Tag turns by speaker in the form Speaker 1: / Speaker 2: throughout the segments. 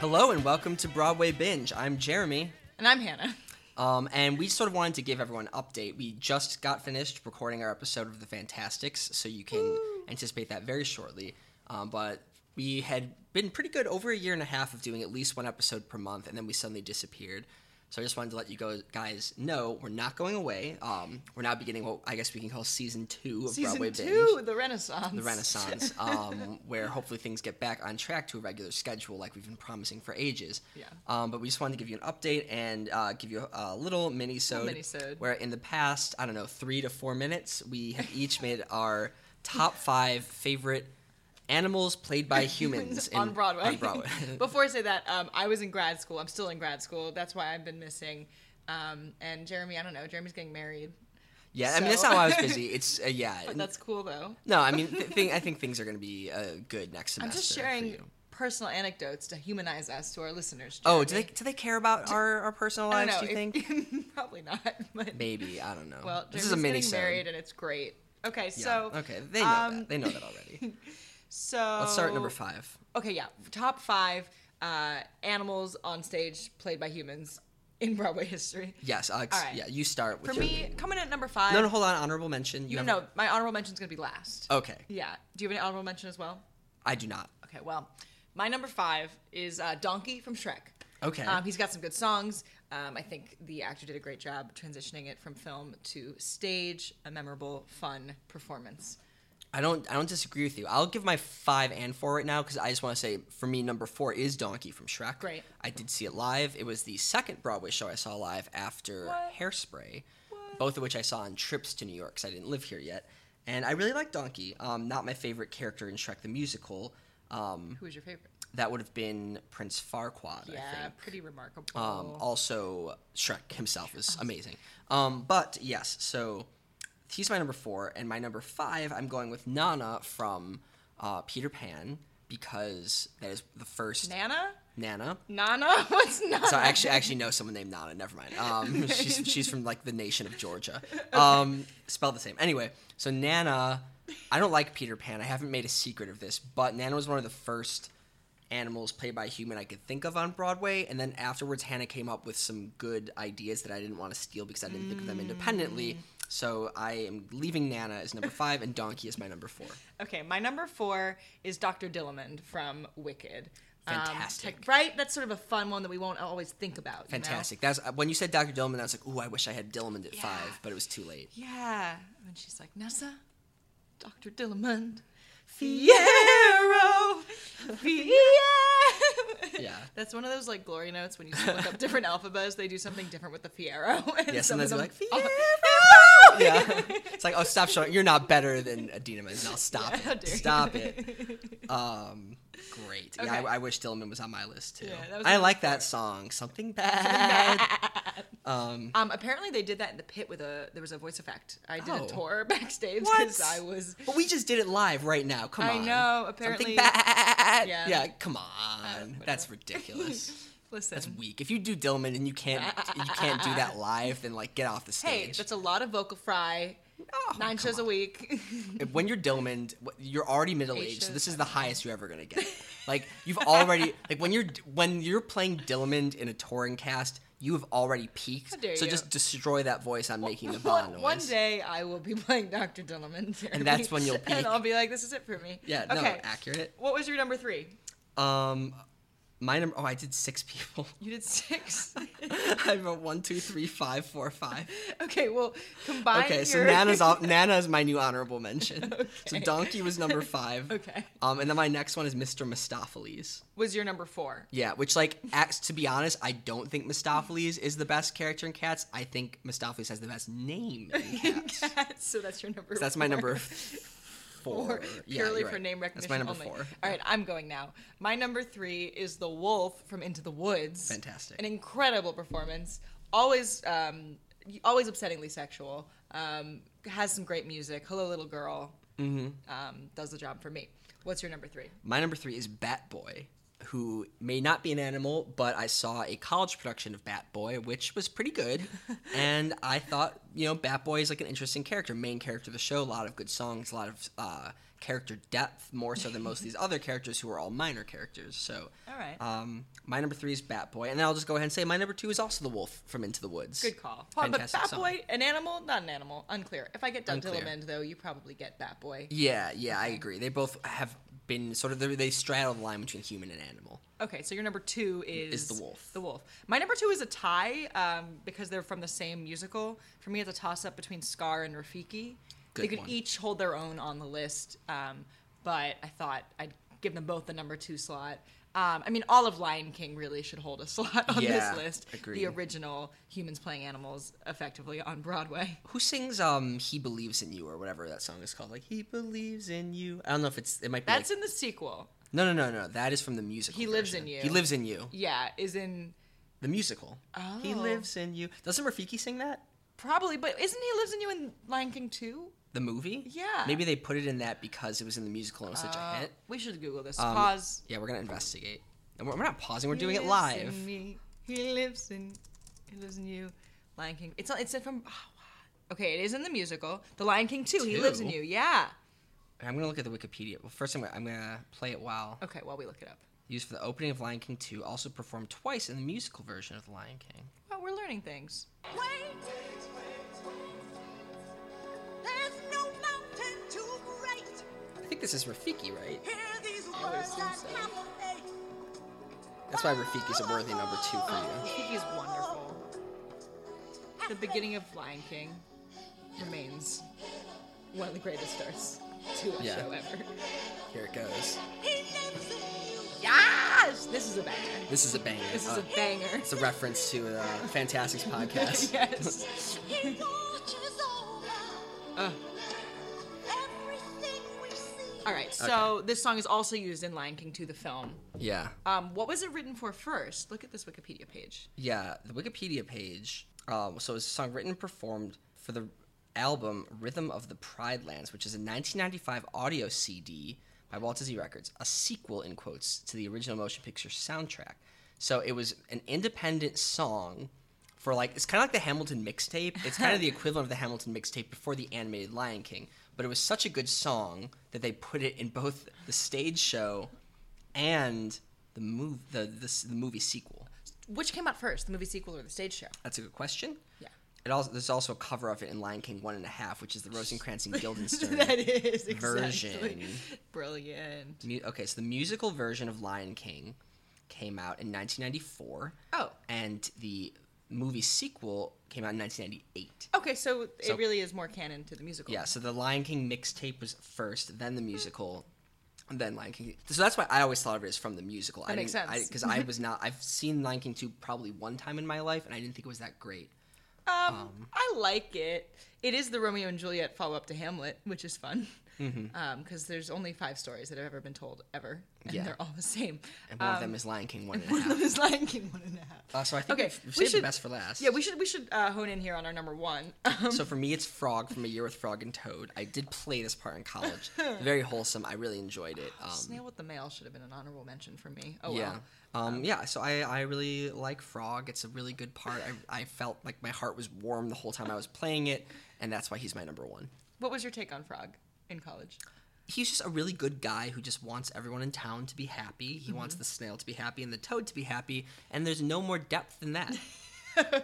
Speaker 1: Hello and welcome to Broadway Binge. I'm Jeremy,
Speaker 2: And I'm Hannah.
Speaker 1: um, and we sort of wanted to give everyone an update. We just got finished recording our episode of The Fantastics, so you can anticipate that very shortly. Um, but we had been pretty good over a year and a half of doing at least one episode per month, and then we suddenly disappeared. So I just wanted to let you go, guys know we're not going away. Um, we're now beginning what I guess we can call season two of
Speaker 2: Season
Speaker 1: Broadway Binge.
Speaker 2: two, the Renaissance.
Speaker 1: the Renaissance, um, where hopefully things get back on track to a regular schedule like we've been promising for ages.
Speaker 2: Yeah.
Speaker 1: Um, but we just wanted to give you an update and uh, give you a, a little mini
Speaker 2: minisode.
Speaker 1: where in the past, I don't know, three to four minutes, we have each made our top five favorite animals played by humans in-
Speaker 2: on Broadway.
Speaker 1: On Broadway.
Speaker 2: Before I say that, um, I was in grad school. I'm still in grad school. That's why I've been missing. Um, and Jeremy, I don't know. Jeremy's getting married.
Speaker 1: yeah, I mean, that's
Speaker 2: So-
Speaker 1: how I was busy. It's, uh, yeah.
Speaker 2: But that's cool though.
Speaker 1: no, I mean, th- thing, I think things are going to be uh, good next
Speaker 2: I'm
Speaker 1: semester.
Speaker 2: just
Speaker 1: for
Speaker 2: sharing
Speaker 1: you.
Speaker 2: personal anecdotes to humanize us to our listeners.
Speaker 1: Oh,
Speaker 2: Jeremy.
Speaker 1: do they, do they care about our, our personal
Speaker 2: I
Speaker 1: lives,
Speaker 2: don't
Speaker 1: do
Speaker 2: know.
Speaker 1: you think?
Speaker 2: think? Probably not. But
Speaker 1: Maybe I don't know.
Speaker 2: well,
Speaker 1: this
Speaker 2: Jeremy's
Speaker 1: is a mini
Speaker 2: getting married, and it's great. Okay, so
Speaker 1: okay, they know
Speaker 2: um, Oh.
Speaker 1: that. They know that already.
Speaker 2: so
Speaker 1: Let's start at number five.
Speaker 2: Okay, yeah. Top five uh, animals on stage played by humans in Broadway history.
Speaker 1: Yes, Alex.
Speaker 2: All right.
Speaker 1: Yeah, you start with
Speaker 2: For
Speaker 1: your-
Speaker 2: me, coming in at number five.
Speaker 1: No, Oh. no, hold on. Honorable mention. You
Speaker 2: no,
Speaker 1: have
Speaker 2: no, my honorable mention's gonna be last.
Speaker 1: Okay,
Speaker 2: Yeah. Do you have any honorable mention as well?
Speaker 1: I do not.
Speaker 2: Okay, well, my number five is uh, Donkey from Shrek.
Speaker 1: Okay.
Speaker 2: Um, he's got some good songs. Um, I think the actor did a great job transitioning it from film to stage, a memorable, fun performance.
Speaker 1: I don't. I don't disagree with you. I'll give my five and four right now because I just want to say for me number four is Donkey from Shrek.
Speaker 2: Great.
Speaker 1: I did see it live. It was the second Broadway show I saw live after
Speaker 2: What?
Speaker 1: Hairspray, both of which I saw on trips to New York because I didn't live here yet. And I really like Donkey. Um, not my favorite character in Shrek the musical. Um,
Speaker 2: Who was your favorite?
Speaker 1: that would have been Prince Farquaad, I
Speaker 2: Yeah,
Speaker 1: think.
Speaker 2: pretty remarkable.
Speaker 1: Um, also, Shrek himself is amazing. Um, but yes, so he's my number four, and my number five, I'm going with Nana from uh, Peter Pan because that is the first
Speaker 2: Nana?
Speaker 1: Nana.
Speaker 2: Nana? What's Nana?
Speaker 1: So I actually, I actually know someone named Nana. Never mind. Um, she's, she's from like the nation of Georgia. Um, spelled the same. Anyway, so Nana, I don't like Peter Pan. I haven't made a secret of this, but Nana was one of the first animals played by a human I could think of on Broadway. And then afterwards, Hannah came up with some good ideas that I didn't want to steal because I didn't think of them independently. So I am leaving Nana as number five, and Donkey is my number four.
Speaker 2: Okay, my number four is Dr. Dillamond from Wicked. Um,
Speaker 1: Fantastic.
Speaker 2: tech- right? That's sort of a fun one that we won't always think about. you know?
Speaker 1: Fantastic. That's when you said Dr. Dillman. I was like, ooh, I wish I had Dillman at
Speaker 2: Yeah.
Speaker 1: five, but it was too late.
Speaker 2: Yeah. And she's like, Nessa, Dr. Dillamond, Fiero, Fiero.
Speaker 1: Yeah.
Speaker 2: That's one of those like glory notes when you look up different alphabets, they do something different with the Fiero. And
Speaker 1: Yeah,
Speaker 2: some of
Speaker 1: sometimes you're
Speaker 2: them-
Speaker 1: like, yeah. It's like, oh, stop showing. You're not better than Adina Menzel. Stop
Speaker 2: How
Speaker 1: it.
Speaker 2: dare you.
Speaker 1: Stop it. Um, great. Yeah,
Speaker 2: Okay.
Speaker 1: I, I wish Dillman was on my list too.
Speaker 2: Yeah, that was
Speaker 1: I
Speaker 2: my
Speaker 1: like that song. Something bad. um,
Speaker 2: Um, apparently they did that in the pit with a there was a voice effect. I did
Speaker 1: Oh.
Speaker 2: a tour backstage
Speaker 1: What?
Speaker 2: because I was
Speaker 1: but we just did it live right now. Come
Speaker 2: I
Speaker 1: on.
Speaker 2: know,
Speaker 1: Something
Speaker 2: apparently-
Speaker 1: bad. Yeah.
Speaker 2: Yeah. Uh,
Speaker 1: Come on.
Speaker 2: whatever.
Speaker 1: That's ridiculous.
Speaker 2: listen.
Speaker 1: That's weak. If you do Dillman and you can't you can't do that live, then like get off the
Speaker 2: hey,
Speaker 1: stage.
Speaker 2: that's a lot of vocal fry.
Speaker 1: Oh, come
Speaker 2: Nine shows
Speaker 1: on.
Speaker 2: a week.
Speaker 1: If- when you're Dillman, you're already middle
Speaker 2: Eight
Speaker 1: aged, so
Speaker 2: shows,
Speaker 1: this is the highest you're ever gonna get. Like you've already like when you're when you're playing Dillman in a touring cast, you have already peaked.
Speaker 2: How dare
Speaker 1: so
Speaker 2: you.
Speaker 1: just destroy that voice on making the bond
Speaker 2: one,
Speaker 1: noise.
Speaker 2: one day I will be playing Dr. Dillamond. Jeremy,
Speaker 1: that's when you'll peak.
Speaker 2: And I'll be like, this is it for me.
Speaker 1: Yeah, no,
Speaker 2: okay.
Speaker 1: accurate.
Speaker 2: What was your number three?
Speaker 1: Um, my number. Oh, I did six people.
Speaker 2: You did six.
Speaker 1: I wrote one, two, three, five, four, five.
Speaker 2: okay, well, combine
Speaker 1: Okay, so
Speaker 2: your-
Speaker 1: Nana's off, Nana's my new honorable mention. So
Speaker 2: Okay.
Speaker 1: Donkey was number five.
Speaker 2: Okay.
Speaker 1: Um, and then my next one is Mr. Mistopheles.
Speaker 2: was your number four.
Speaker 1: Yeah, which like acts to be honest, I don't think Mistopheles is the best character in Cats. I think Mistopheles has the best name in Cats. So
Speaker 2: so that's your number
Speaker 1: that's my
Speaker 2: four.
Speaker 1: number four. Yeah,
Speaker 2: purely
Speaker 1: you're
Speaker 2: for
Speaker 1: right.
Speaker 2: name recognition
Speaker 1: That's my number
Speaker 2: only.
Speaker 1: four.
Speaker 2: All right, I'm going now. My number three is the wolf from Into the Woods.
Speaker 1: Fantastic.
Speaker 2: An incredible performance. Always, um, always upsettingly sexual. Um, has some great music. Hello, little girl. Mm-hmm. Um, does the job for me. What's your number three?
Speaker 1: My number three is Bat Boy who may not be an animal, but I saw a college production of Bat Boy, which was pretty good. and I thought, you know, Bat Boy is like an interesting character, main character of the show, a lot of good songs, a lot of uh, character depth, more so than most of these other characters who are all minor characters. So,
Speaker 2: All right.
Speaker 1: um, my number three is Bat Boy. And then I'll just go ahead and say my number two is also the wolf from Into the Woods.
Speaker 2: Good call. Well, but
Speaker 1: fantastic
Speaker 2: Bat
Speaker 1: song.
Speaker 2: Boy, an animal? Not an animal. Unclear. If I get Doug
Speaker 1: Unclear.
Speaker 2: Dillamond, though, you probably get Bat Boy.
Speaker 1: Yeah, yeah, I agree. They both have been sort of, they- they straddle the line between human and animal.
Speaker 2: Okay, so your number two is
Speaker 1: the wolf.
Speaker 2: The wolf. My number two is a tie um, because they're from the same musical. For me, it's a toss up between Scar and Rafiki.
Speaker 1: Good
Speaker 2: they could
Speaker 1: one.
Speaker 2: each hold their own on the list, um, but I thought I'd give them both the number two slot. Um, I mean, all of Lion King really should hold a slot on
Speaker 1: Yeah,
Speaker 2: this list.
Speaker 1: agreed.
Speaker 2: The original humans playing animals, effectively on Broadway.
Speaker 1: Who sings um "He Believes in You" or whatever that song is called? Like "He Believes in You." I don't know if it's it might be.
Speaker 2: That's
Speaker 1: like,
Speaker 2: in the sequel.
Speaker 1: no, no, no, no. That is from the musical.
Speaker 2: He Lives in
Speaker 1: version.
Speaker 2: You.
Speaker 1: He lives in you.
Speaker 2: Yeah, is in
Speaker 1: The musical. He
Speaker 2: Oh.
Speaker 1: lives in you. Doesn't Rafiki sing that?
Speaker 2: probably, but isn't he lives in you in Lion King too?
Speaker 1: The movie.
Speaker 2: Yeah.
Speaker 1: Maybe they put it in that because it was in the musical and it was such a
Speaker 2: Uh,
Speaker 1: hit.
Speaker 2: we should Google this.
Speaker 1: Um,
Speaker 2: Pause.
Speaker 1: Yeah, we're gonna investigate. And we're, we're not pausing. We're
Speaker 2: He
Speaker 1: doing it
Speaker 2: lives
Speaker 1: live.
Speaker 2: in me. He lives in. He lives in you. Lion King. It's it's from. ah, Okay, it is in the musical. The Lion King too. He lives in
Speaker 1: Two?
Speaker 2: you. Yeah.
Speaker 1: I'm gonna look at the Wikipedia. Well, first I'm gonna, I'm gonna play it while
Speaker 2: Okay, while we look it up.
Speaker 1: used for the opening of Lion King 2. Also performed twice in the musical version of the Lion King.
Speaker 2: Well, we're learning things.
Speaker 3: Wait, there's no mountain too great.
Speaker 1: I think this is Rafiki, right?
Speaker 3: Hear these words that captivate.
Speaker 1: That's why Rafiki's a worthy number two for you.
Speaker 2: I think he's wonderful. The beginning of Lion King remains one of the greatest starts to a
Speaker 1: Yeah.
Speaker 2: show ever.
Speaker 1: Here it goes.
Speaker 3: He lives in you.
Speaker 2: Yes, this is a banger.
Speaker 1: This is a banger.
Speaker 2: This is
Speaker 1: Uh,
Speaker 2: a banger.
Speaker 1: it's a reference to the Fantastics podcast.
Speaker 2: yes.
Speaker 3: He watches over
Speaker 2: Uh.
Speaker 3: everything we see.
Speaker 2: All right, so this song is also used in Lion King 2, the film.
Speaker 1: Yeah.
Speaker 2: Um, what was it written for first? Look at this Wikipedia page.
Speaker 1: Yeah. The Wikipedia page. Um, so it's a song written and performed for the album Rhythm of the Pride Lands, which is a 1995 audio CD by Walt Disney Records, a sequel, in quotes, to the original motion picture soundtrack. So it was an independent song for like, it's kind of like the Hamilton mixtape. It's kind of the equivalent of the Hamilton mixtape before the animated Lion King. But it was such a good song that they put it in both the stage show and the move the, the s- the movie sequel?
Speaker 2: Which came out first, the movie sequel or the stage show?
Speaker 1: That's a good question.
Speaker 2: Yeah.
Speaker 1: It also there's also a cover of it in Lion King one and a half, which is the Rosencrantz and Guildenstern.
Speaker 2: that is exactly.
Speaker 1: version.
Speaker 2: Brilliant.
Speaker 1: Mu- okay, so the musical version of Lion King came out in 1994.
Speaker 2: Oh.
Speaker 1: And the movie sequel came out in 1998.
Speaker 2: Okay, so,
Speaker 1: So-
Speaker 2: it really is more canon to the musical.
Speaker 1: Yeah, so the Lion King mixtape was first, then the musical, and then Lion King. So that's why I always thought of it as from the musical. I
Speaker 2: That makes sense.
Speaker 1: Because I, was not. I've seen Lion King two probably one time in my life, and I didn't think it was that great.
Speaker 2: Um, I like it. It is the Romeo and Juliet follow up to Hamlet, which is fun. Because
Speaker 1: Mm-hmm.
Speaker 2: there's only five stories that have ever been told ever, and
Speaker 1: Yeah.
Speaker 2: they're all the same.
Speaker 1: And one of them is Lion King one and a
Speaker 2: One
Speaker 1: half.
Speaker 2: of them is Lion King one and a half.
Speaker 1: Uh, so I think
Speaker 2: Um, Okay,
Speaker 1: we've, we've
Speaker 2: we
Speaker 1: saved
Speaker 2: should-
Speaker 1: the best for last.
Speaker 2: Yeah, we should we should uh, hone in here on our number one.
Speaker 1: So for me, it's Frog from A Year with Frog and Toad. I did play this part in college. Very wholesome. I really enjoyed it. Um,
Speaker 2: Snail with the Mail should have been an honorable mention for me. Oh
Speaker 1: yeah.
Speaker 2: well.
Speaker 1: Um, yeah, so I, I really like Frog. It's a really good part. I, I felt like my heart was warm the whole time I was playing it, and that's why he's my number one.
Speaker 2: What was your take on Frog in college?
Speaker 1: He's just a really good guy who just wants everyone in town to be happy. He wants the snail to be happy and the toad to be happy, and there's no more depth than that.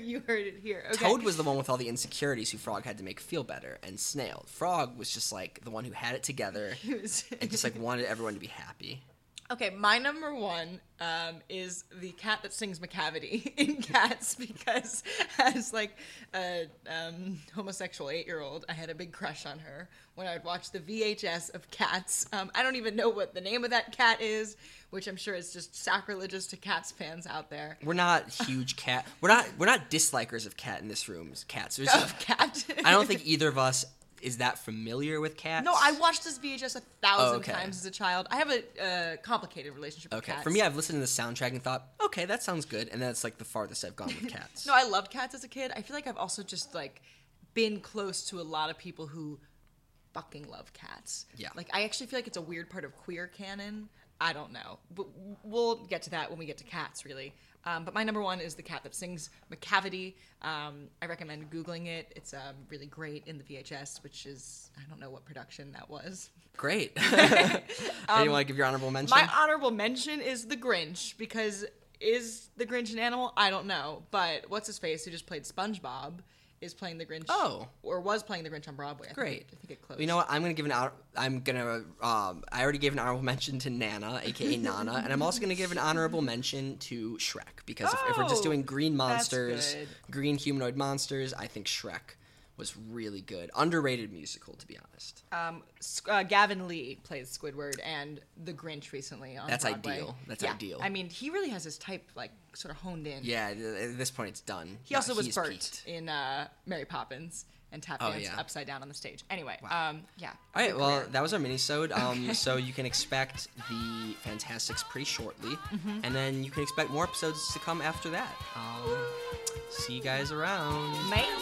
Speaker 2: you heard it here. Okay.
Speaker 1: Toad was the one with all the insecurities who Frog had to make feel better, and Snail. Frog was just like the one who had it together
Speaker 2: He was-
Speaker 1: and just like wanted everyone to be happy.
Speaker 2: okay, my number one um, is the cat that sings McCavity in Cats because as like a um, homosexual eight year old, I had a big crush on her when I would watch the VHS of Cats. Um, I don't even know what the name of that cat is, which I'm sure is just sacrilegious to Cats fans out there.
Speaker 1: We're not huge cat. We're not we're not dislikers of cat in this room. Cats. There's-
Speaker 2: Of cat.
Speaker 1: I don't think either of us is that familiar with cats.
Speaker 2: No, I watched this VHS a thousand
Speaker 1: Oh, okay.
Speaker 2: times as a child. I have a uh, complicated relationship with
Speaker 1: Okay.
Speaker 2: cats.
Speaker 1: For me, I've listened to the soundtrack and thought, okay, that sounds good, and that's like the farthest I've gone with cats.
Speaker 2: no, I loved cats as a kid. I feel like I've also just like been close to a lot of people who fucking love cats.
Speaker 1: Yeah.
Speaker 2: Like I actually feel like it's a weird part of queer canon. I don't know. But we'll get to that when we get to cats, really. Um, but my number one is the cat that sings McCavity. Um, I recommend Googling it. It's um, really great in the VHS, which is, I don't know what production that was.
Speaker 1: Great. Anyone want to give your honorable mention?
Speaker 2: Um, My honorable mention is the Grinch because is the Grinch an animal? I don't know. But what's his face who just played SpongeBob is playing the Grinch.
Speaker 1: Oh.
Speaker 2: or was playing the Grinch on Broadway. I think
Speaker 1: Great.
Speaker 2: it- I think it closed.
Speaker 1: You know what? I'm gonna give an honor- I'm gonna um, I already gave an honorable mention to Nana, aka Nana, and I'm also gonna give an honorable mention to Shrek because if, if we're just
Speaker 2: Oh,
Speaker 1: doing green monsters,
Speaker 2: good.
Speaker 1: green humanoid monsters, I think Shrek was really good, underrated musical to be honest.
Speaker 2: um, S- uh, Gavin Lee plays Squidward and the Grinch recently on
Speaker 1: That's
Speaker 2: Broadway.
Speaker 1: ideal. That's
Speaker 2: Yeah.
Speaker 1: ideal.
Speaker 2: I mean, he really has his type like sort of honed in.
Speaker 1: yeah, th- at this point it's done.
Speaker 2: He also was
Speaker 1: he's
Speaker 2: Bert
Speaker 1: peaked.
Speaker 2: in uh, Mary Poppins and tap
Speaker 1: Oh,
Speaker 2: danced
Speaker 1: yeah.
Speaker 2: upside down on the stage. Anyway, um, yeah.
Speaker 1: All right,
Speaker 2: Good
Speaker 1: well,
Speaker 2: career.
Speaker 1: that was our minisode. Um, So you can expect the Fantastics pretty shortly,
Speaker 2: Mm-hmm.
Speaker 1: and then you can expect more episodes to come after that. Um, see you guys around.
Speaker 2: Mate.